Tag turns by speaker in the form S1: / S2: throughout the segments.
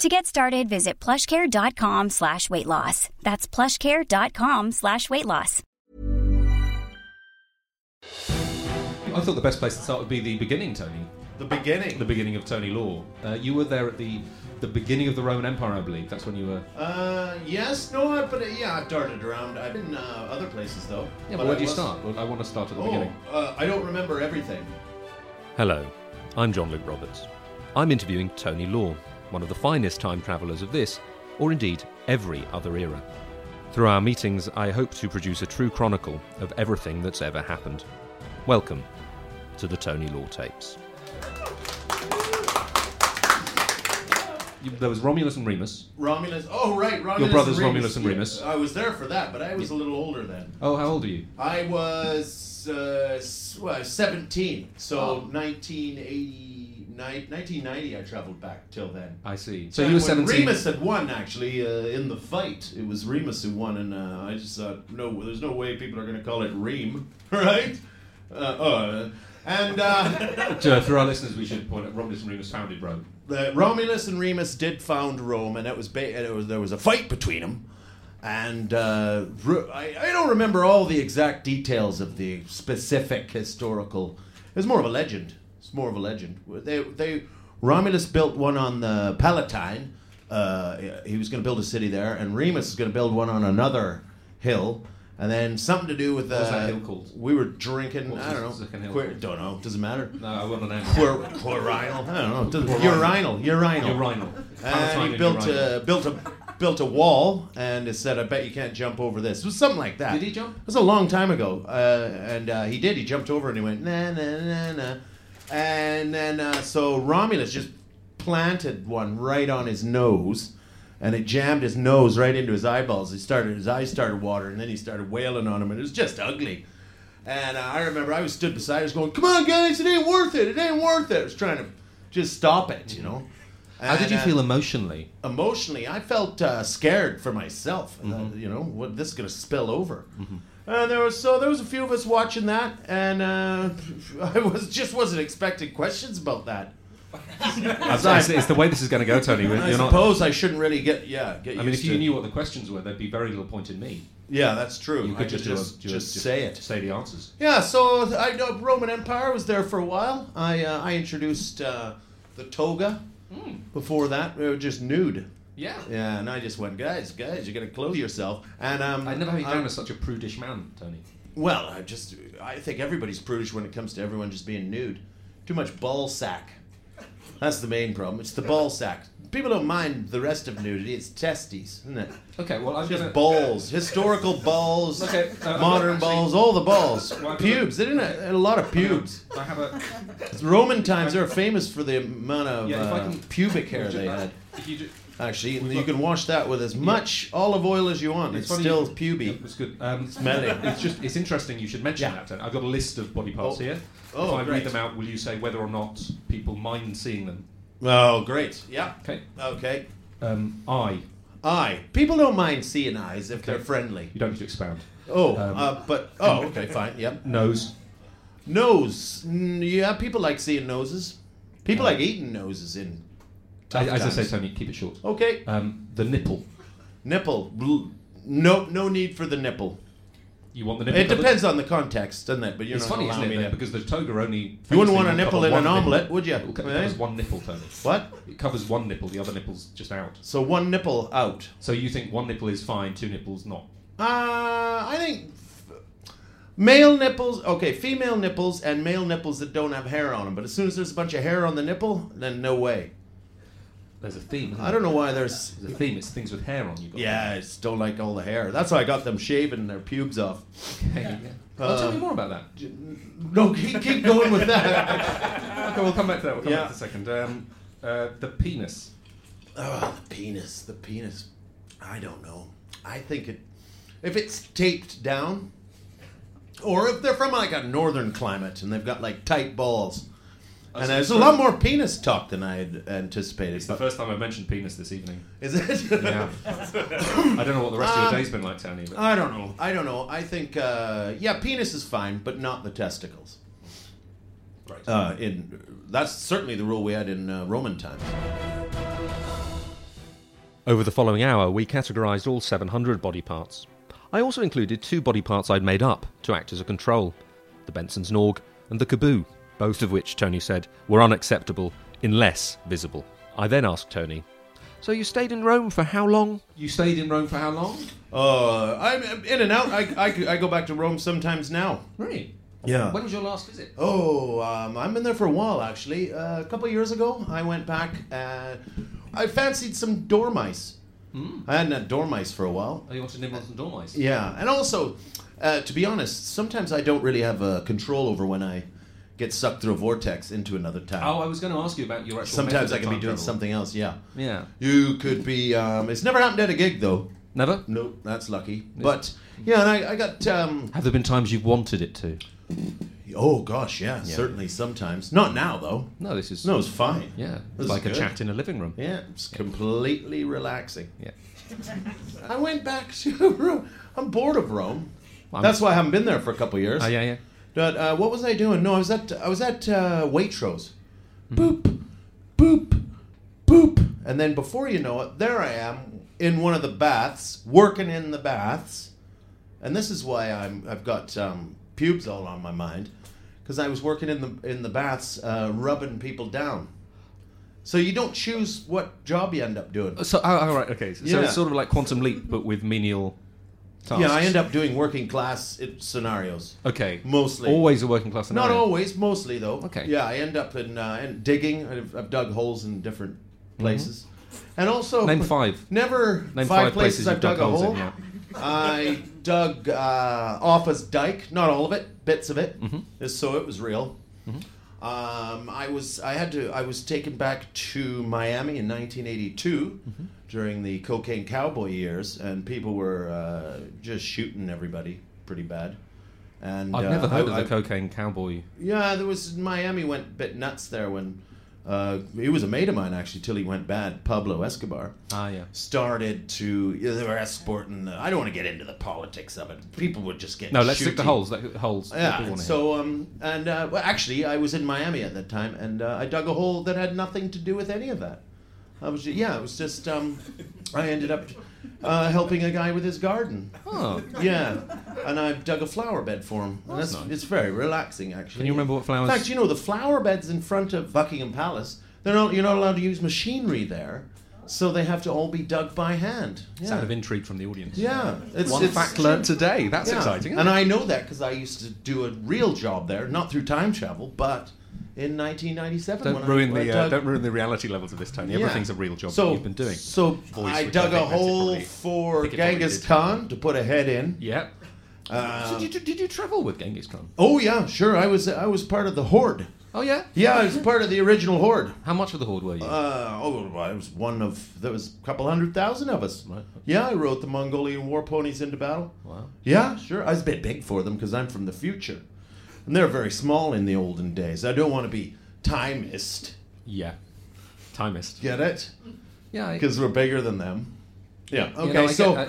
S1: To get started, visit plushcare.com slash weight loss. That's plushcare.com slash weight loss.
S2: I thought the best place to start would be the beginning, Tony.
S3: The beginning.
S2: The beginning of Tony Law. Uh, you were there at the the beginning of the Roman Empire, I believe. That's when you were.
S3: Uh, yes, no, I- but uh, yeah, I've darted around. I've been uh, other places though.
S2: Yeah,
S3: But
S2: but where
S3: I
S2: do you
S3: was-
S2: start? Well, I want to start at the
S3: Oh,
S2: beginning.
S3: uh, I don't remember everything.
S4: Hello, I'm John Luke Roberts. I'm interviewing Tony Law, one of the finest time travellers of this, or indeed every other era. Through our meetings, I hope to produce a true chronicle of everything that's ever happened. Welcome to the Tony Law tapes.
S2: You, there was Romulus and Remus.
S3: Romulus. Oh, right, Romulus.
S2: brothers
S3: and
S2: Romulus and Remus.
S3: Yeah, I was there for that, but I was a little older then.
S2: Oh, how old are you?
S3: I was uh, s- well, 17, so
S2: Oh.
S3: 1980, ni- 1990 I traveled back till then.
S2: I see. So you were
S3: When
S2: 17.
S3: Remus had won actually uh, in the fight. It was Remus who won, and uh, I just thought, no, there's no way people are going to call it Reem, right? Uh, uh, and uh,
S2: Uh, for our listeners, we should point out Romulus and Remus founded Rome.
S3: the Romulus and Remus did found Rome, and it was, ba- and it was there was a fight between them. And uh, Ru- I, I don't remember all the exact details of the specific historical. It was more of a legend. It's more of a legend. They, they Romulus built one on the Palatine. Uh, he was going to build a city there, and Remus is going to build one on another hill. And then something to do with uh,
S2: was that hill called?
S3: We were drinking.
S2: What
S3: I
S2: was
S3: don't
S2: the second
S3: know.
S2: hill
S3: Queer,
S2: called?
S3: don't know. Doesn't matter.
S2: No, I want to name.
S3: Chlor- chlorinal. I don't know. It doesn't- Urinal. Urinal.
S2: Urinal.
S3: And
S2: Palatine
S3: Uh, he
S2: and
S3: built uh,
S2: urinal.
S3: a built a built a wall and it said, "I bet you can't jump over this." It was something like that.
S2: Did he jump?
S3: It was a long time ago, uh, and uh, he did. He jumped over and he went na na na na, and then uh, so Romulus just planted one right on his nose, and it jammed his nose right into his eyeballs. He started his eyes started watering, and then he started wailing on him, and it was just ugly. And uh, I remember I was stood beside us going, "Come on, guys, it ain't worth it. It ain't worth it." I was trying to just stop it, you know.
S2: How did
S3: And,
S2: you
S3: uh,
S2: feel emotionally?
S3: emotionally, I felt uh, scared for myself. Uh,
S2: Mm-hmm.
S3: you know, what this is going to spill over. And there was so there was a few of us watching that, and uh, I was just wasn't expecting questions about that.
S2: it's, it's the way this is going to go, Tony. You're
S3: I
S2: not-
S3: suppose I shouldn't really get yeah. Get
S2: I mean,
S3: used
S2: if you
S3: to-
S2: knew what the questions were, there'd be very little point in me.
S3: yeah, that's true.
S2: You could
S3: I
S2: just, do a-
S3: just,
S2: do a-
S3: just say it.
S2: Say the answers.
S3: Yeah, so I know Roman Empire was there for a while. I uh, I introduced uh, the toga.
S2: Hmm.
S3: Before that, we were just nude.
S2: Yeah.
S3: Yeah, and I just went, guys, guys, you're gonna clothe yourself. And um,
S2: I'd never had you
S3: I-
S2: down as such a prudish man, Tony.
S3: Well, I just I think everybody's prudish when it comes to everyone just being nude. Too much ball sack. That's the main problem. It's the ball sack. People don't mind the rest of nudity. It's testes, isn't it?
S2: Okay, well, I'm
S3: Just
S2: gonna-
S3: balls, historical balls,
S2: Okay, uh, I'm
S3: modern
S2: actually-
S3: balls, all the balls,
S2: Well, I'm gonna-
S3: pubes. They didn't have- had a lot of pubes.
S2: I have a.
S3: Roman times, they were famous for the amount of
S2: Yeah, if I
S3: uh,
S2: can-
S3: pubic hair they
S2: Just-
S3: had.
S2: If you do,
S3: Actually, and
S2: We've
S3: you
S2: got-
S3: can wash that with as much olive oil as you want. It's,
S2: funny
S3: still
S2: you-
S3: puby.
S2: It's good. Um,
S3: Smelly.
S2: It's just. It's interesting. You should mention
S3: Yeah.
S2: that. Tony. I've got a list of body parts
S3: Oh.
S2: here.
S3: Oh,
S2: if I
S3: great.
S2: read them out, will you say whether or not people mind seeing them?
S3: Oh, great. Yeah.
S2: Okay.
S3: Okay.
S2: Um, eye.
S3: Eye. People don't mind seeing eyes if they're
S2: Okay.
S3: friendly.
S2: You don't need to expound.
S3: Oh,
S2: Um,
S3: uh, but oh, okay, fine. Yep.
S2: Nose.
S3: Nose. Mm, yeah, people like seeing noses. People
S2: Uh-huh.
S3: like eating noses in. tough
S2: As I say,
S3: times.
S2: Tony, keep it short.
S3: Okay.
S2: Um, the nipple.
S3: nipple. Bl- No, no need for the nipple.
S2: You want the nipple?
S3: It
S2: covered?
S3: depends on the context, doesn't it? But you're
S2: It's
S3: not
S2: funny, isn't
S3: allowing
S2: it?
S3: me
S2: though,
S3: to-
S2: Because the toga only.
S3: You wouldn't want a
S2: famously
S3: nipple
S2: cover
S3: in an
S2: one
S3: omelette,
S2: nipple.
S3: would you?
S2: It co-
S3: Eh?
S2: covers one nipple, Tony.
S3: What?
S2: It covers one nipple. The other nipple's just out.
S3: So one nipple out.
S2: So you think one nipple is fine, two nipples not?
S3: Uh, I think f- Male nipples, okay, female nipples and male nipples that don't have hair on them. But as soon as there's a bunch of hair on the nipple, then no way.
S2: There's a theme. Isn't
S3: I don't know why there's.
S2: There's a theme. It's things with hair on you. got.
S3: Yeah, I just don't like all the hair. That's why I got them shaving their pubes off.
S2: Okay, yeah. Well, tell me more about that.
S3: No, keep, keep going with that.
S2: Okay, we'll come back to that. We'll come
S3: Yeah.
S2: back to a second. Um, uh, the penis.
S3: Oh, the penis, the penis. I don't know. I think it, if it's taped down, or if they're from like a northern climate and they've got like tight balls, and
S2: so
S3: there's
S2: it's
S3: a
S2: from-
S3: lot more penis talk than I had anticipated.
S2: It's the
S3: but-
S2: first time I've mentioned penis this evening.
S3: is it?
S2: Yeah. I don't know what the rest of your day's been like, Tony.
S4: Uh,
S2: But
S3: I don't know. I don't know. I think uh, yeah, penis is fine, but not the testicles.
S2: Right.
S3: Uh, in that's certainly the rule we had in uh, Roman times.
S4: Over the following hour, we categorised all 700 body parts. I also included two body parts I'd made up to act as a control the Benson's Norg and the Kaboo, both of which, Tony said, were unacceptable unless visible. I then asked Tony, So you stayed in Rome for how long?
S2: you stayed in Rome for how long?
S3: Uh, I'm in and out. I, I, I go back to Rome sometimes now.
S2: Really?
S3: Yeah.
S2: When was your last visit?
S3: Oh, um, I've been there for a while actually. Uh, a couple of years ago, I went back. Uh, I fancied some dormice. I hadn't had dormice for a while.
S2: Oh, you wanted Nimrods and Dormice?
S3: Yeah, and also, uh, to be honest, sometimes I don't really have uh, control over when I get sucked through a vortex into another town.
S2: Oh, I was going to ask you about your actual.
S3: sometimes
S2: method
S3: I
S2: of
S3: can be
S2: time
S3: doing
S2: travel.
S3: something else. Yeah,
S2: Yeah.
S3: you could be. Um, it's never happened at a gig though.
S2: Never.
S3: Nope, that's lucky. But yeah, and I, I got. Um,
S2: Have there been times you've wanted it to?
S3: oh gosh, yeah, certainly sometimes. Not now though.
S2: No, this is.
S3: No, it's fine.
S2: Yeah,
S3: This
S2: it's like
S3: is
S2: a
S3: good.
S2: chat in a living room.
S3: Yeah, it's completely relaxing.
S4: Yeah.
S3: I went back to Rome. I'm bored of Rome.
S4: Well, I'm-
S3: That's why I haven't been there for a couple of years.
S4: Oh, yeah, yeah.
S3: But uh, what was I doing? No, I was at I was at uh, Waitrose. Mm-hmm. Boop, boop, boop, and then before you know it, there I am in one of the baths, working in the baths, and this is why I'm I've got um, pubes all on my mind, because I was working in the in the baths, uh, rubbing people down. So you don't choose what job you end up doing.
S4: So, oh, all right, okay. So,
S3: Yeah.
S4: it's sort of like Quantum Leap, but with menial tasks.
S3: Yeah, I end up doing working class uh, scenarios.
S4: Okay.
S3: Mostly.
S4: Always a working class
S3: Not
S4: scenario.
S3: always, mostly though.
S4: Okay.
S3: Yeah, I end up in uh, in digging. I've, I've dug holes in different places, and also
S4: Mm-hmm. Name five.
S3: Never
S4: Name
S3: five,
S4: five
S3: places,
S4: places
S3: I've
S4: you've
S3: dug,
S4: dug
S3: a
S4: holes in,
S3: hole.
S4: yeah.
S3: I dug uh, Offa's Dyke. Not all of it, bits of it.
S4: Mm-hmm.
S3: Just So it was real. Um, I was I had to I was taken back to Miami in 1982
S4: Mm-hmm.
S3: during the cocaine cowboy years, and people were uh, just shooting everybody pretty bad. And
S4: I've
S3: uh,
S4: never heard of the
S3: I- I-
S4: cocaine cowboy.
S3: yeah, there was Miami went a bit nuts there when uh, he was a mate of mine actually till he went bad. Pablo Escobar
S4: Ah, yeah.
S3: started to yeah, they were escorting. The, I don't want to get into the politics of it. People would just get
S4: No, let's stick
S3: shooty.
S4: to holes. That, holes.
S3: Yeah.
S4: People
S3: and
S4: wanna hear.
S3: So um and uh, well, actually I was in Miami at that time and uh, I dug a hole that had nothing to do with any of that. I was ju- yeah, it was just um I ended up uh, helping a guy with his garden.
S4: Oh.
S3: Yeah, and I've dug a flower bed for him. And that's, It's very relaxing, actually.
S4: Can you remember what flowers-
S3: In fact, you know the flower beds in front of Buckingham Palace. They're not. You're not allowed to use machinery there, so they have to all be dug by hand. Yeah.
S4: Sound of intrigue from the audience.
S3: yeah. It's,
S4: One
S3: it's-
S4: fact learnt today. That's
S3: yeah.
S4: exciting.
S3: And I know that because I used to do a real job there, not through time travel, but in 1997.
S4: don't
S3: when I-
S4: ruin
S3: when I
S4: the uh,
S3: dug-
S4: don't ruin the reality levels of this, Tony.
S3: yeah.
S4: Everything's a real job
S3: so,
S4: that you've been doing.
S3: So
S4: Voice,
S3: I
S4: which
S3: dug
S4: I
S3: a
S4: think meant it
S3: hole
S4: probably- I
S3: for
S4: think it probably
S3: Genghis
S4: did.
S3: Khan to put a head in.
S4: Yeah. so
S3: Um,
S4: did you, did you travel with Genghis Khan?
S3: Oh yeah, sure. I was I was part of the horde.
S4: Oh yeah.
S3: Yeah, I was part of the original horde.
S4: How much of the horde were you?
S3: Uh, oh, well, I was one of there was a couple hundred thousand of us. Yeah, I rode the Mongolian war ponies into battle. Wow. Yeah, sure. I was a bit big for them because I'm from the future, and they're very small in the olden days. I don't want to be timist.
S4: yeah. Timist.
S3: Get it?
S4: Yeah. I-
S3: Because we're bigger than them. Yeah.
S4: you
S3: Okay.
S4: know, I
S3: so
S4: get-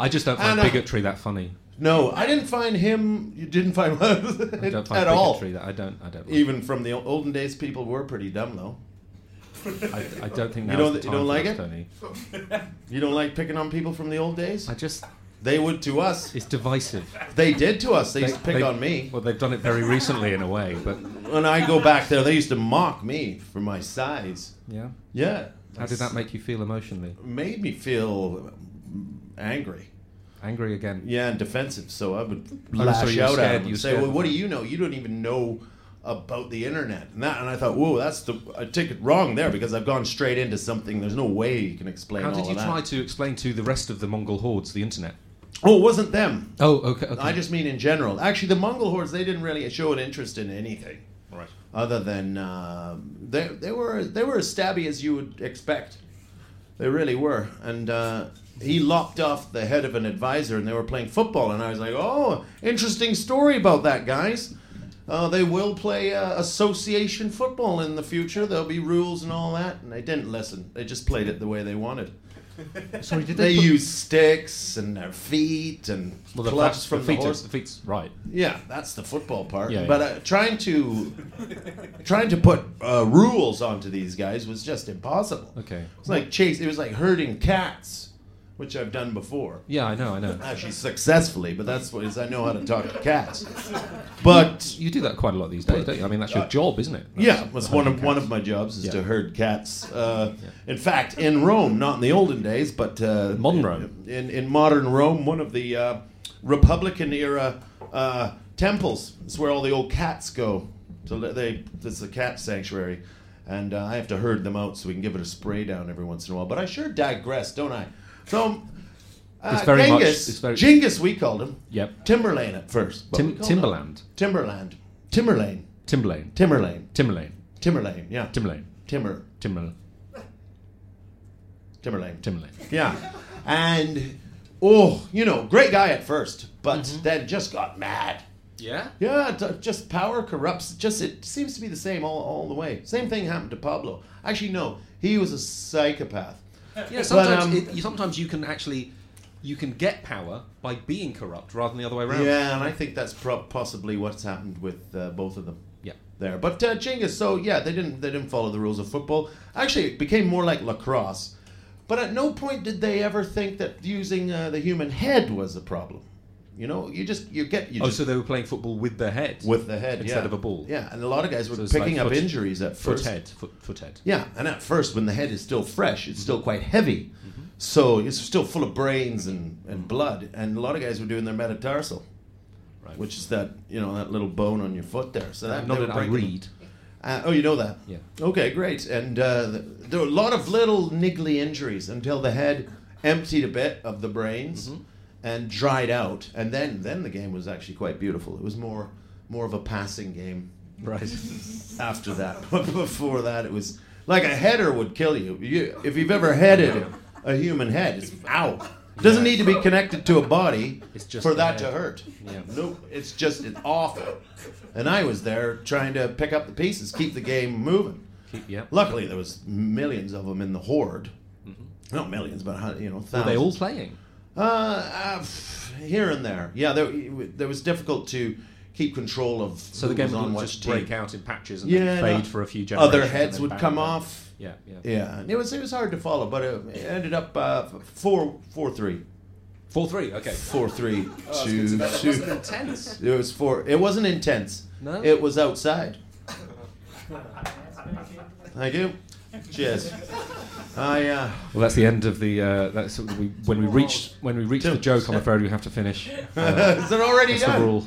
S4: I, I just don't find
S3: And, uh,
S4: bigotry that funny.
S3: no, I didn't find him. You didn't find
S4: I don't find
S3: at all.
S4: bigotry that I don't. I don't. Like.
S3: Even from the olden days, people were pretty dumb though.
S4: I, I don't think.
S3: You
S4: now's
S3: don't-
S4: the
S3: you
S4: time for
S3: don't like
S4: that,
S3: it?
S4: Tony.
S3: You don't like picking on people from the old days?
S4: I just.
S3: They would to us.
S4: It's divisive.
S3: They did to us. They, used to
S4: They-
S3: pick
S4: they-
S3: on me.
S4: Well, they've done it very recently in a way, but
S3: When I go back there, they used to mock me for my size.
S4: yeah.
S3: Yeah.
S4: How did that make you feel emotionally?
S3: Made me feel angry.
S2: angry again.
S3: Yeah, and defensive. So I would
S2: Oh,
S3: lash
S2: so you're
S3: out
S2: scared,
S3: at him
S2: you're
S3: and say,
S2: scared.
S3: "Well, what do you know? You don't even know about the internet." And that, and I thought, "Whoa, that's the I take it wrong there because I've gone straight into something. There's no way you can explain
S2: How
S3: all
S2: did you
S3: of that."
S2: try to explain to the rest of the Mongol hordes the internet?
S3: Oh, it wasn't them.
S2: Oh, okay. okay.
S3: I just mean in general. Actually, the Mongol hordes they didn't really show an interest in anything
S2: right.
S3: other than um they they were they were as stabby as you would expect. They really were. And uh, he lopped off the head of an advisor, and they were playing football. And I was like, "Oh, interesting story about that, guys. Uh, they will play uh, association football in the future. There'll be rules and all that." And they didn't listen. They just played it the way they wanted.
S2: Sorry, did
S3: They
S2: put-
S3: use sticks and their feet and
S2: well, the,
S3: clubs
S2: fa-
S3: from
S2: the
S3: the
S2: feet?
S3: horse.
S2: The feet's right.
S3: Yeah, that's the football part.
S2: Yeah,
S3: but
S2: yeah.
S3: Uh, trying to trying to put uh, rules onto these guys was just impossible.
S2: Okay.
S3: it's like chase. It was like herding cats, which I've done before.
S2: Yeah, I know, I know.
S3: Actually, successfully, but that's what is I know how to talk to cats. But
S2: You do that quite a lot these days, don't you? I mean, that's your job, isn't it?
S3: yeah, that's one of one of my jobs is
S2: Yeah.
S3: to herd cats. Uh, In fact, in Rome, not in the olden days, but uh,
S2: Modern Rome.
S3: In, in modern Rome, one of the uh, Republican era uh, temples is where all the old cats go. So le- they it's a cat sanctuary, and uh, I have to herd them out so we can give it a spray down every once in a while. But I sure digress, don't I? So. Uh,
S2: It's very much-
S3: Genghis,
S2: it's very-
S3: Genghis, we called him.
S2: Yep.
S3: Timberlane at first. but we
S2: Tim-
S3: called him
S2: Timberland.
S3: Timberland. Timberlane.
S2: Timberlane.
S3: Timberlane.
S2: Timberlane.
S3: Timberlane, yeah.
S2: Timberlane.
S3: Timber.
S2: Timberlane.
S3: Timberlane.
S2: Timberlane.
S3: yeah. And, oh, you know, great guy at first, but then just got mad.
S2: Yeah?
S3: Yeah, d- just power corrupts. Just it seems to be the same all, all the way. Same thing happened to Pablo. Actually, no, he was a psychopath.
S2: Yeah,
S3: But,
S2: sometimes,
S3: um,
S2: it, you, sometimes you can actually, you can get power by being corrupt rather than the other way around.
S3: Yeah, and I think that's prob possibly what's happened with uh, both of them.
S2: Yeah.
S3: there. But uh, Genghis, so yeah, they didn't they didn't follow the rules of football. Actually, it became more like lacrosse. But at no point did they ever think that using uh, the human head was a problem. You know, you just you get you
S2: Oh,
S3: just
S2: so they were playing football with their head?
S3: with the head
S2: Instead of
S3: yeah.
S2: a ball.
S3: Yeah, and a lot of guys were
S2: So it's
S3: picking
S2: like
S3: up
S2: foot-
S3: injuries at
S2: Foot
S3: first.
S2: head. Mm-hmm. Foot, foot head.
S3: Yeah, and at first, when the head is still fresh, it's still quite heavy.
S2: Mm-hmm.
S3: So it's still full of brains and, and blood. And a lot of guys were doing their metatarsal,
S2: Right.
S3: which is that you know that little bone on your foot there. So that
S2: Not
S3: they were
S2: that I
S3: breaking-
S2: read.
S3: Uh, oh, you know that?
S2: Yeah.
S3: Okay, great. And uh, th- there were a lot of little niggly injuries until the head emptied a bit of the brains
S2: Mm-hmm.
S3: and dried out. And then, then the game was actually quite beautiful. It was more more of a passing game
S2: Right.
S3: after that. But before that, it was like a header would kill you. you if you've ever headed a human head, it's ow. Doesn't need to be connected to a body
S2: It's just
S3: for
S2: the
S3: that to
S2: head.
S3: hurt. No, it's just it's awful. And I was there trying to pick up the pieces, keep the game moving.
S2: yeah.
S3: Luckily, there was millions of them in the horde. Not millions, but hun- you know,
S2: Mm-hmm. Were
S3: thousands.
S2: they all playing?
S3: Uh, uh, f- here and there. Yeah, there, there was difficult to keep control of.
S2: So the
S3: who
S2: game
S3: was
S2: would
S3: on
S2: all
S3: which
S2: just
S3: team.
S2: break out in patches and then
S3: no.
S2: fade for a few generations.
S3: Other
S2: and
S3: heads
S2: then
S3: would
S2: bang
S3: come
S2: back.
S3: off.
S2: Yeah, yeah.
S3: Yeah, and it was it was hard to follow, but it it ended up uh, f- four four three.
S2: 4 3, okay.
S3: Four three two two.
S2: Intense.
S3: It was four. It wasn't intense.
S2: No?
S3: It was outside. Thank you. Cheers. I uh,
S2: Well, that's the end of the. Uh, that's we, when we reached when we reached the joke. I'm afraid we have to finish. Uh,
S3: is it already
S2: that's the
S3: done?
S2: rule.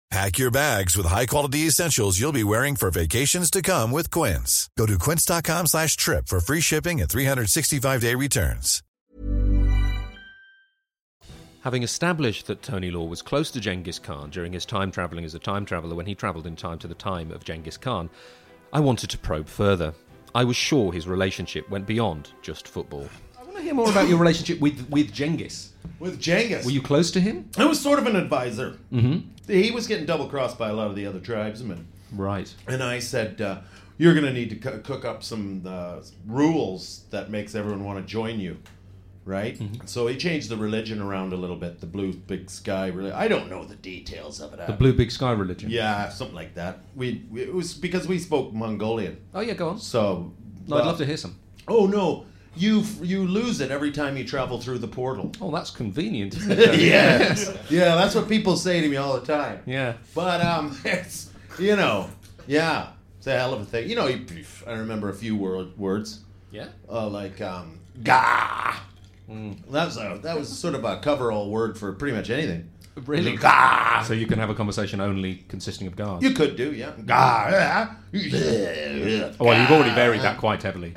S5: Pack your bags with high-quality essentials you'll be wearing for vacations to come with Quince. Go to quince.com slash trip for free shipping and 365-day returns.
S4: Having established that Tony Law was close to Genghis Khan during his time travelling as a time traveller when he travelled in time to the time of Genghis Khan, I wanted to probe further. I was sure his relationship went beyond just football.
S2: I want to hear more about your relationship with with Genghis.
S3: With Genghis.
S2: Were you close to him?
S3: I was sort of an advisor. Mm-hmm. He was getting double crossed by a lot of the other tribesmen.
S2: Right.
S3: And I said, uh, You're going to need to co- cook up some uh, rules that makes everyone want to join you. Right?
S2: Mm-hmm.
S3: So he changed the religion around a little bit. The blue big sky. Really, I don't know the details of it. Uh,
S2: The blue big sky religion.
S3: Yeah, something like that. We, we it was because we spoke Mongolian.
S2: Oh yeah, go on.
S3: So uh,
S2: No, I'd love to hear some.
S3: Oh no, you you lose it every time you travel through the portal.
S2: Oh, that's convenient. Isn't it?
S3: yes. Yeah, that's what people say to me all the time.
S2: Yeah.
S3: But um, it's you know, yeah, it's a hell of a thing. You know, you, I remember a few word, words,
S2: yeah.
S3: uh, like um, gah.
S2: Mm.
S3: That was a, that was sort of a cover-all word for pretty much anything.
S2: Really?
S3: Gah.
S2: So you can have a conversation only consisting of guards.
S3: ah! You could do, yeah. Gah. yeah, yeah,
S2: Oh, well, you've
S3: gah.
S2: already varied that quite heavily.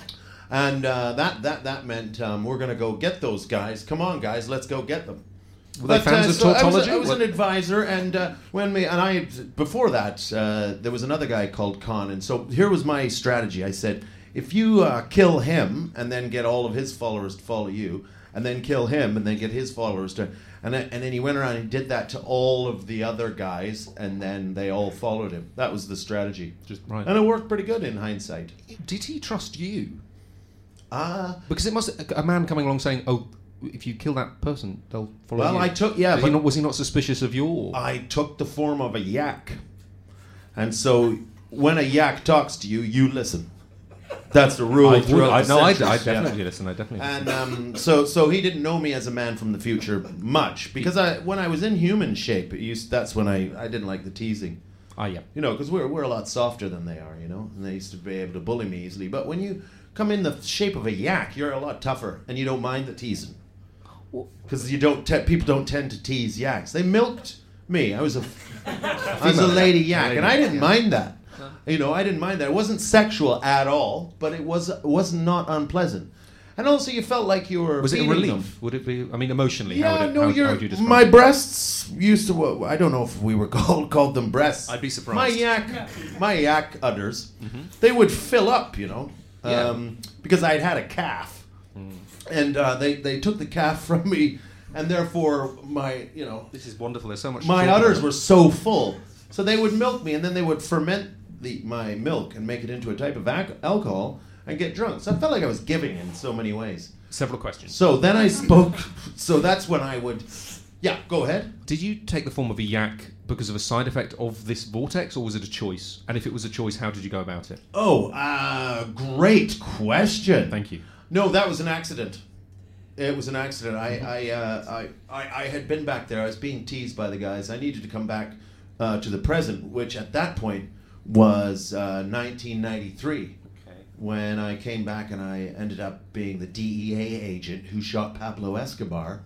S3: And uh, that that that meant um, we're gonna go get those guys. Come on, guys, let's go get them.
S2: Were they fans of
S3: uh, I was,
S2: tautology?
S3: I was
S2: What-
S3: an advisor, and uh, when me and I before that uh, there was another guy called Khan, and so here was my strategy. I said, if you uh, kill him and then get all of his followers to follow you, and then kill him and then get his followers to, and then, and then he went around and did that to all of the other guys, and then they all followed him. That was the strategy,
S2: Just- right.
S3: and it worked pretty good in hindsight.
S2: Did he trust you?
S3: Ah.
S2: Because it must a man coming along saying, "Oh, if you kill that person, they'll follow
S3: Well,
S2: you."
S3: I took- yeah,
S2: Did he
S3: but-
S2: not- was he not suspicious of your?
S3: I took the form of a yak. And so when a yak talks to you, you listen. That's the rule.
S2: I would-
S3: throughout
S2: I-
S3: the
S2: no, I, I
S3: centuries, yeah.
S2: definitely listen. I definitely.
S3: And um, so, so he didn't know me as a man from the future much because I, when I was in human shape, it used, that's when I, I didn't like the teasing.
S2: Ah, yeah.
S3: You know, because we're, we're a lot softer than they are, you know, and they used to be able to bully me easily. But when you come in the shape of a yak, you're a lot tougher and you don't mind the teasing. Because you don't te- people don't tend to tease yaks. They milked me. I was a I was a lady yak, and I didn't mind that. You know, I didn't mind that. It wasn't sexual at all, but it was was not unpleasant. And also, you felt like you were
S2: Was it a
S3: feeding
S2: relief?
S3: them.
S2: Would it be? I mean, emotionally,
S3: Yeah,
S2: how would it,
S3: no,
S2: how,
S3: you're,
S2: how would you describe
S3: my
S2: it?
S3: breasts used to. Well, I don't know if we were called called them breasts.
S2: I'd be surprised. Mm-hmm.
S3: My yak, my yak udders, they would fill up, you know,
S2: Yeah. Mm.
S3: um, because I'd had a calf, and uh, they they took the calf from me, and therefore my you know
S2: This is wonderful. There's so much. to
S3: my
S2: talk
S3: udders
S2: about.
S3: were so full, so they would milk me, and then they would ferment the my milk and make it into a type of ac- alcohol and get drunk. So I felt like I was giving in so many ways.
S2: several questions.
S3: So then I spoke. So that's when I would. Yeah, go ahead.
S2: Did you take the form of a yak because of a side effect of this vortex, or was it a choice? And if it was a choice, how did you go about it?
S3: Oh, uh, great question.
S2: Thank you.
S3: No, that was an accident. It was an accident. I I, uh, I, I I had been back there. I was being teased by the guys. I needed to come back uh, to the present, which at that point was uh, 1993. When I came back and I ended up being the DEA agent who shot Pablo Escobar.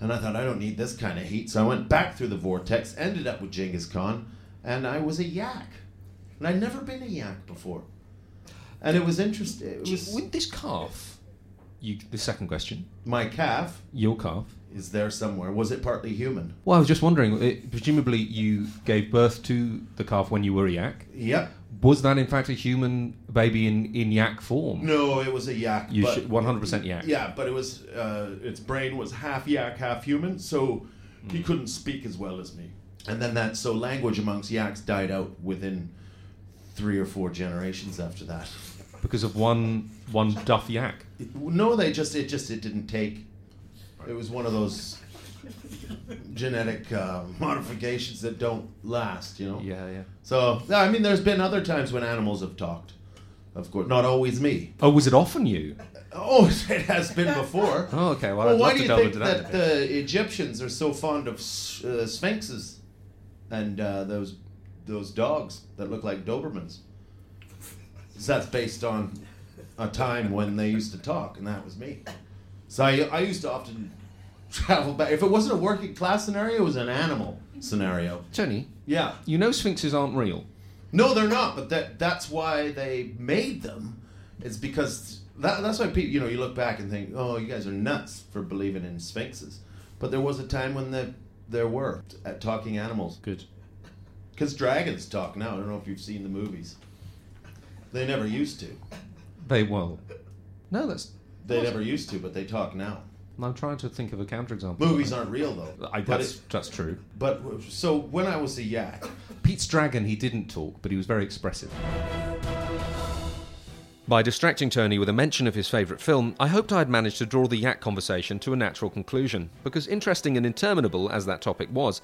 S3: And I thought, I don't need this kind of heat. So I went back through the vortex, ended up with Genghis Khan, and I was a yak. And I'd never been a yak before. And it was interesting. It was
S2: With this calf, you. The second question,
S3: my calf
S2: your calf.
S3: is there somewhere. Was it partly human?
S2: Well, I was just wondering. It, presumably, you gave birth to the calf when you were a yak.
S3: Yep.
S2: Was that in fact a human baby in, in yak form?
S3: No, it was a yak.
S2: You
S3: but-
S2: should 100% yak.
S3: Yeah, but it was uh, its brain was half yak, half human, so
S2: Hmm.
S3: he couldn't speak as well as me. And then that so language amongst yaks died out within three or four generations after that.
S2: Because of one one duff yak.
S3: No, they just it just it didn't take. It was one of those genetic uh, modifications that don't last, you know.
S2: Yeah, yeah.
S3: So no, I mean, there's been other times when animals have talked, Of course, not always me.
S2: Oh, was it often you?
S3: Oh, it has been before.
S2: Oh, okay. Well,
S3: Well,
S2: I'd
S3: why
S2: love
S3: do
S2: to
S3: you
S2: delve
S3: think
S2: into that. in a
S3: that
S2: bit.
S3: the Egyptians are so fond of s- uh, sphinxes and uh, those those dogs that look like Dobermans? 'Cause That's based on a time when they used to talk, and that was me. So I, I used to often travel back. If it wasn't a working class scenario, it was an animal scenario.
S2: Tony,
S3: Yeah.
S2: you know sphinxes aren't real.
S3: No, they're not. But that that's why they made them. It's because that, that's why people, you know, you look back and think, oh, you guys are nuts for believing in sphinxes. But there was a time when the, there were at talking animals.
S2: Good.
S3: Because dragons talk now. I don't know if you've seen the movies. They never used to.
S2: They well. No, that's.
S3: They never used to, but they talk now.
S2: I'm trying to think of a counterexample.
S3: Movies aren't real though.
S2: I,
S3: but,
S2: that's,
S3: it-
S2: that's true.
S3: but so when I was a yak,
S2: Pete's dragon, he didn't talk, but he was very expressive.
S4: By distracting Tony with a mention of his favourite film, I hoped I had managed to draw the yak conversation to a natural conclusion, because interesting and interminable as that topic was,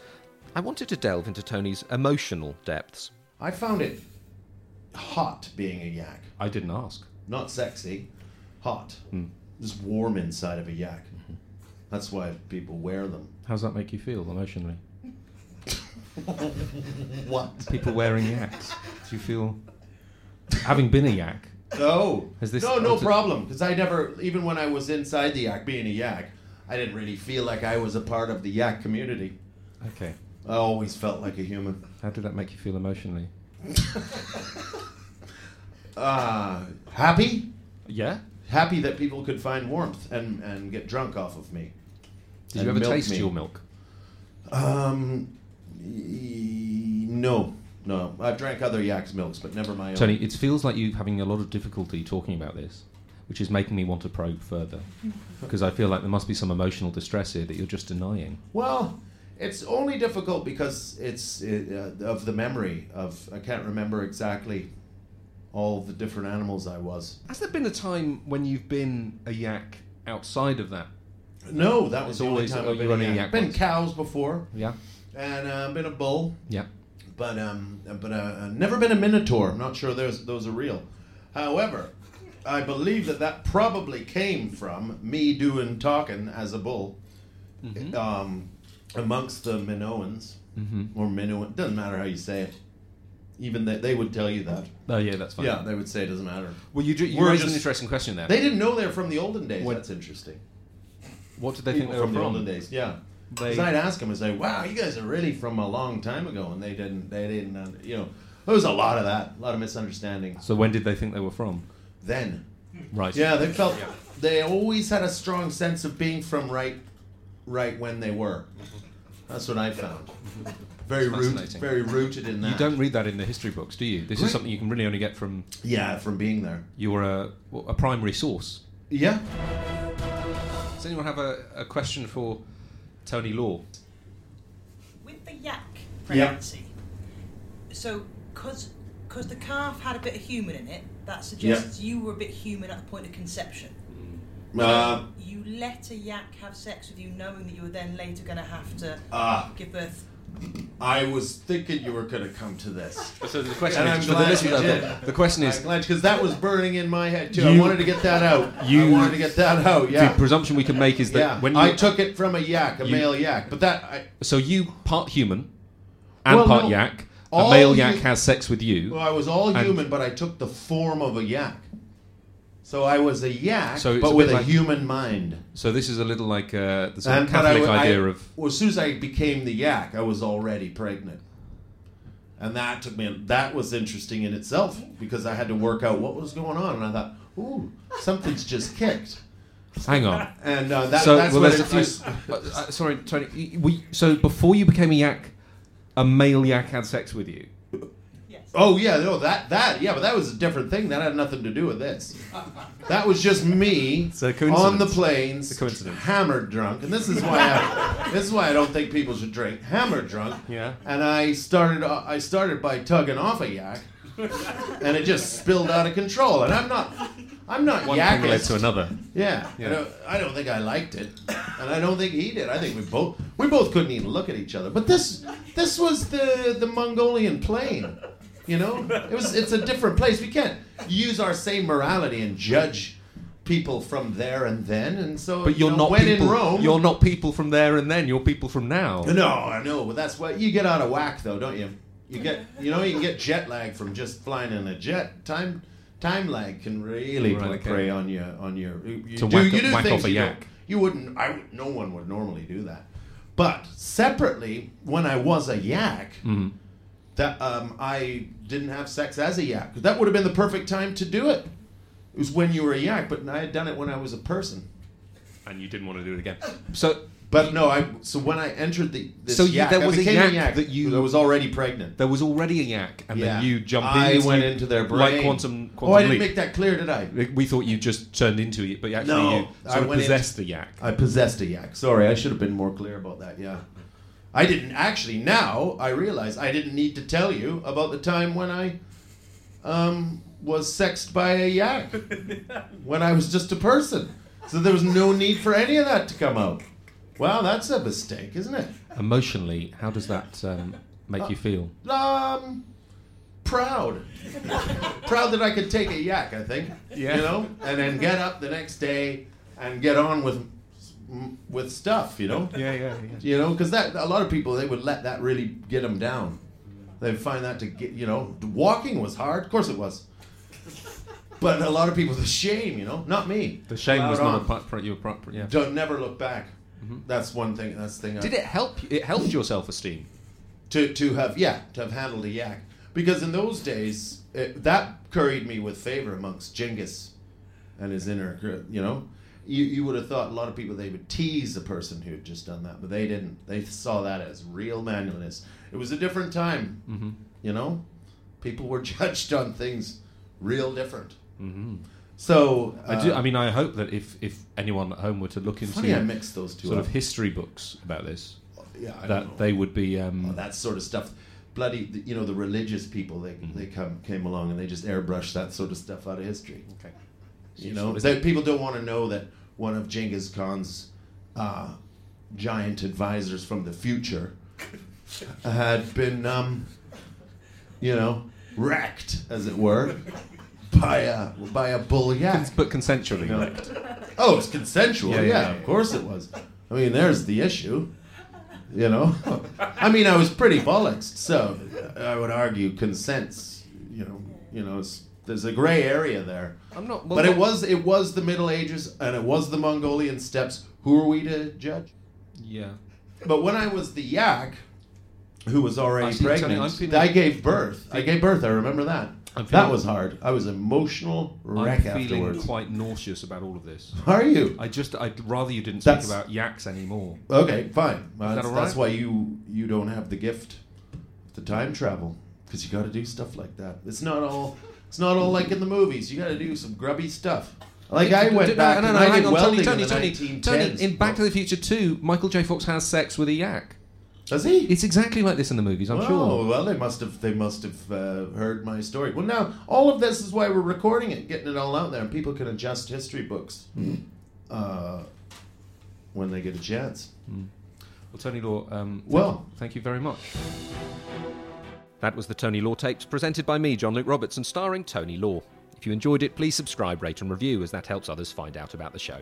S4: I wanted to delve into Tony's emotional depths.
S3: I found it hot being a yak.
S2: I didn't ask.
S3: not sexy, hot,
S2: Hmm.
S3: just warm inside of a yak.
S2: Mm-hmm.
S3: That's why people wear them.
S2: How does that make you feel emotionally?
S3: What?
S2: People wearing yaks. Do you feel. Having been a yak,
S3: No,
S2: Has this-
S3: no, no
S2: has it-
S3: problem. Because I never, even when I was inside the yak, being a yak, I didn't really feel like I was a part of the yak community.
S2: okay.
S3: I always felt like a human.
S2: How did that make you feel emotionally?
S3: Uh, happy,
S2: Yeah.
S3: happy that people could find warmth and and get drunk off of me.
S2: Did
S3: And
S2: you ever
S3: milk
S2: taste
S3: me.
S2: your Uh, milk?
S3: Um, y- no, no. I've drank other yak's milks, but never my own.
S2: Tony, it feels like you're having a lot of difficulty talking about this, which is making me want to probe further. Because I feel like there must be some emotional distress here that you're just denying.
S3: Well, it's only difficult because it's uh, of the memory of I can't remember exactly all the different animals I was.
S2: Has there been a time when you've been a yak outside of that?
S3: No, that was
S2: It's
S3: the
S2: always-
S3: only time
S2: oh,
S3: I've been.
S2: you're only
S3: a
S2: a
S3: yak.
S2: yak
S3: Been
S2: once.
S3: cows before,
S2: Yeah.
S3: and uh, I've been a bull,
S2: Yeah.
S3: but um, but uh, never been a minotaur. I'm not sure those those are real. However, I believe that that probably came from me doing talking as a bull, um, amongst the Minoans or Minoan. Doesn't matter how you say it. Even they, they would tell you that.
S2: Oh, yeah, that's fine.
S3: Yeah, they would say it doesn't matter.
S2: Well, you, ju- you
S3: We're
S2: raised an
S3: just-
S2: interesting question there.
S3: They didn't know they're from the olden days.
S2: What-
S3: That's interesting.
S2: what did they think
S3: People
S2: they were
S3: from
S2: from?
S3: the olden days. Yeah.
S2: They-
S3: 'Cause I'd ask them and say, "Wow, you guys are really from a long time ago," and they didn't. They didn't. Uh, you know, there was a lot of that. A lot of misunderstandings.
S2: So when did they think they were from?
S3: Then
S2: Right.
S3: Yeah, they felt they always had a strong sense of being from right, right when they were. That's what I found. Very
S4: It's
S3: rooted,
S4: fascinating.
S3: very rooted in that.
S2: You don't read that in the history books, do you? This is something you can really only get from
S3: yeah, from being there.
S2: your uh, well, a primary source.
S3: Yeah.
S2: Does anyone have a, a question for Tony Law?
S6: With the yak
S3: Yeah.
S6: pregnancy, so because the calf had a bit of human in it, that suggests you were a bit human at the point of conception.
S3: Uh,
S6: You let a yak have sex with you, knowing that you were then later going to have to
S3: Ah.
S6: give birth.
S3: I was thinking you were going to come to this.
S2: So the question
S3: And
S2: is,
S3: I'm
S2: for the
S3: glad you
S2: listeners,
S3: did.
S2: out there, the question is,
S3: Because that was burning in my head too. I
S2: You-
S3: wanted to get that out. I
S2: you-
S3: wanted to get that out. Yeah.
S2: the presumption we can make is that
S3: yeah.
S2: when you,
S3: I took it from a yak, a
S2: You-
S3: male yak, but that I,
S2: so you part human and
S3: Well,
S2: part
S3: no.
S2: yak, a
S3: All
S2: male
S3: you-
S2: yak has sex with you.
S3: Well, I was all
S2: And-
S3: human, but I took the form of a yak. So I was a yak,
S2: So it's a
S3: but
S2: bit
S3: with a
S2: like-
S3: human mind.
S2: so this is a little like uh, the sort of
S3: but I
S2: Catholic
S3: wa- I-
S2: idea of
S3: well, as soon as I became the yak, I was already pregnant, and that took me. That was interesting in itself because I had to work out what was going on, and I thought, ooh, something's just kicked.
S2: hang on.
S3: And uh, that,
S2: so
S3: that's
S2: well,
S3: what
S2: there's a
S3: it,
S2: few.
S3: was.
S2: uh, uh, sorry, Tony. y- y- we- so before you became a yak, a male yak had sex with you.
S6: Yes.
S3: Oh yeah, no, that that yeah, but that was a different thing. That had nothing to do with this. That was just me
S2: a coincidence.
S3: on the planes,
S2: It's a coincidence.
S3: hammered drunk, and this is why I, this is why I don't think people should drink hammered drunk.
S2: Yeah.
S3: And I started uh, I started by tugging off a yak, and it just spilled out of control. And I'm not I'm not
S2: One
S3: yakking
S2: thing led to another.
S3: Yeah. I, don't, I don't think I liked it, and I don't think he did. I think we both we both couldn't even look at each other. But this this was the the Mongolian plane. You know, it was it's a different place. We can't use our same morality and judge people from there and then. And so,
S2: But
S3: you
S2: you're
S3: know,
S2: not
S3: when
S2: people,
S3: in Rome.
S2: You're not people from there and then. You're people from now.
S3: No, I know, but that's what you get out of whack, though, don't you? You get, you know, you can get jet lag from just flying in a jet. Time, time lag can really
S2: Right,
S3: pl-
S2: okay.
S3: prey on you. On your, you, you
S2: To
S3: do,
S2: whack-
S3: you do
S2: whack
S3: things
S2: off a
S3: you
S2: yak.
S3: don't- You wouldn't. I would- no one would normally do that. But separately, when I was a yak,
S2: Mm-hmm.
S3: that um, I didn't have sex as a yak. That would have been the perfect time to do it. It was when you were a yak, but I had done it when I was a person.
S2: And you didn't want to do it again. So
S3: But no, I. So when I entered the this
S2: So you-
S3: yak,
S2: there
S3: I
S2: was a
S3: became
S2: yak that you-
S3: that was already pregnant.
S2: there was already a yak, and then you jumped
S3: I
S2: into
S3: went
S2: it
S3: into their brain.
S2: like quantum. quantum
S3: oh, I didn't
S2: leap.
S3: make that clear, did I?
S2: We thought you just turned into it, but actually
S3: No,
S2: you
S3: I
S2: sort of
S3: went
S2: possessed
S3: into-
S2: the yak.
S3: I possessed a yak. Sorry, I should have been more clear about that. Yeah, I didn't actually. Now I realize I didn't need to tell you about the time when I, um, was sexed by a yak when I was just a person. So there was no need for any of that to come out. Wow, that's a mistake, isn't it?
S2: Emotionally, how does that um, make you feel?
S3: Um, proud. proud that I could take a yak, I think.
S2: Yeah.
S3: You know, and then get up the next day and get on with with stuff, you know?
S2: Yeah, yeah,
S3: You know, because that a lot of people they would let that really get them down. They find that to get you know walking was hard, of course it was. But a lot of people the shame, you know, not me.
S2: The shame
S3: Loud
S2: was
S3: on.
S2: not a part. part- You were part yeah.
S3: Don't never look back.
S2: Mm-hmm.
S3: That's one thing. That's the thing. I-
S2: Did it help? you- It helped your self-esteem.
S3: to to have yeah to have handled a yak because in those days it, that curried me with favor amongst Genghis and his inner cur- you know you you would have thought a lot of people they would tease a person who had just done that but they didn't they saw that as real manliness it was a different time mm-hmm. you know people were judged on things real different mm-hmm. so uh,
S2: I do. I mean, I hope that if if anyone at home were to look into
S3: funny I mixed those two
S2: sort
S3: up.
S2: of history books about this,
S3: yeah I don't know.
S2: that they would be. Um,
S3: Oh, that sort of stuff. Bloody, the- you know, the religious people they they come came along and they just airbrushed that sort of stuff out of history. Okay, you know, that people don't want to know that one of Genghis Khan's uh, giant advisors from the future had been, um, you know, wrecked as it were by a by a bull yak.
S2: but consensually. right?
S3: Oh, it's consensual. Yeah,
S2: Yeah, yeah, yeah,
S3: of course it was. I mean, there's the issue. You know, I mean, I was pretty bollocks, so I would argue consents. You know, you know, it's, there's a gray area there.
S2: I'm not-
S3: but it was it was the Middle Ages and it was the Mongolian steppes. Who are we to judge?
S2: Yeah.
S3: But when I was the yak, who was already
S2: Actually, Tony,
S3: pregnant,
S2: I'm feeling-
S3: I gave birth. I gave birth. I remember that.
S2: I'm
S3: that
S2: feeling-
S3: was hard. I was emotional wreck
S2: I'm feeling
S3: afterwards.
S2: quite nauseous about all of this.
S3: Are you?
S2: I just, I'd rather you didn't speak
S3: That's-
S2: about yaks anymore.
S3: Okay, fine. Well,
S2: that
S3: that's,
S2: all
S3: that's why
S2: right?
S3: you you don't have the gift, the time travel, because you got to do stuff like that. It's not all it's not all like in the movies. You got to do some grubby stuff. Like I went back and I
S2: hang
S3: did
S2: on,
S3: welding
S2: Tony,
S3: in the
S2: Tony, Tony,
S3: 1910s.
S2: Tony, in Back to the Future 2, Michael J. Fox has sex with a yak.
S3: Oh, does he?
S2: It's exactly like this in the movies, I'm
S3: oh
S2: sure.
S3: well, they must have they must have uh, heard my story. Well, now all of this is why we're recording it, getting it all out there, and people can adjust history books
S2: Hmm.
S3: uh, when they get a chance.
S2: Hmm. Well, Tony Law, um, thank,
S3: Well.
S2: thank you very much.
S4: That was the Tony Law Tapes, presented by me, John Luke Roberts, and starring Tony Law. If you enjoyed it, please subscribe, rate, and review, as that helps others find out about the show.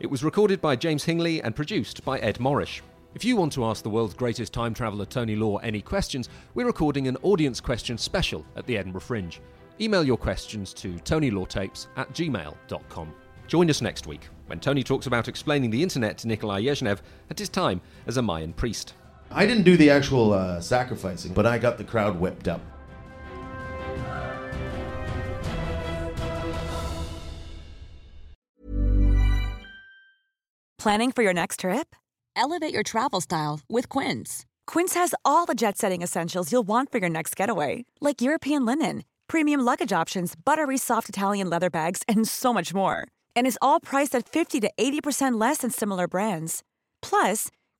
S4: It was recorded by James Hingley and produced by Ed Morrish. If you want to ask the world's greatest time traveller, Tony Law, any questions, we're recording an audience question special at the Edinburgh Fringe. Email your questions to tonylawtapes at gmail.com. Join us next week when Tony talks about explaining the internet to Nikolai Yezhnev at his time as a Mayan priest.
S3: I didn't do the actual uh, sacrificing, but I got the crowd whipped up.
S7: Planning for your next trip? Elevate your travel style with Quince. Quince has all the jet setting essentials you'll want for your next getaway, like European linen, premium luggage options, buttery soft Italian leather bags, and so much more. And is all priced at 50 to 80% less than similar brands. Plus,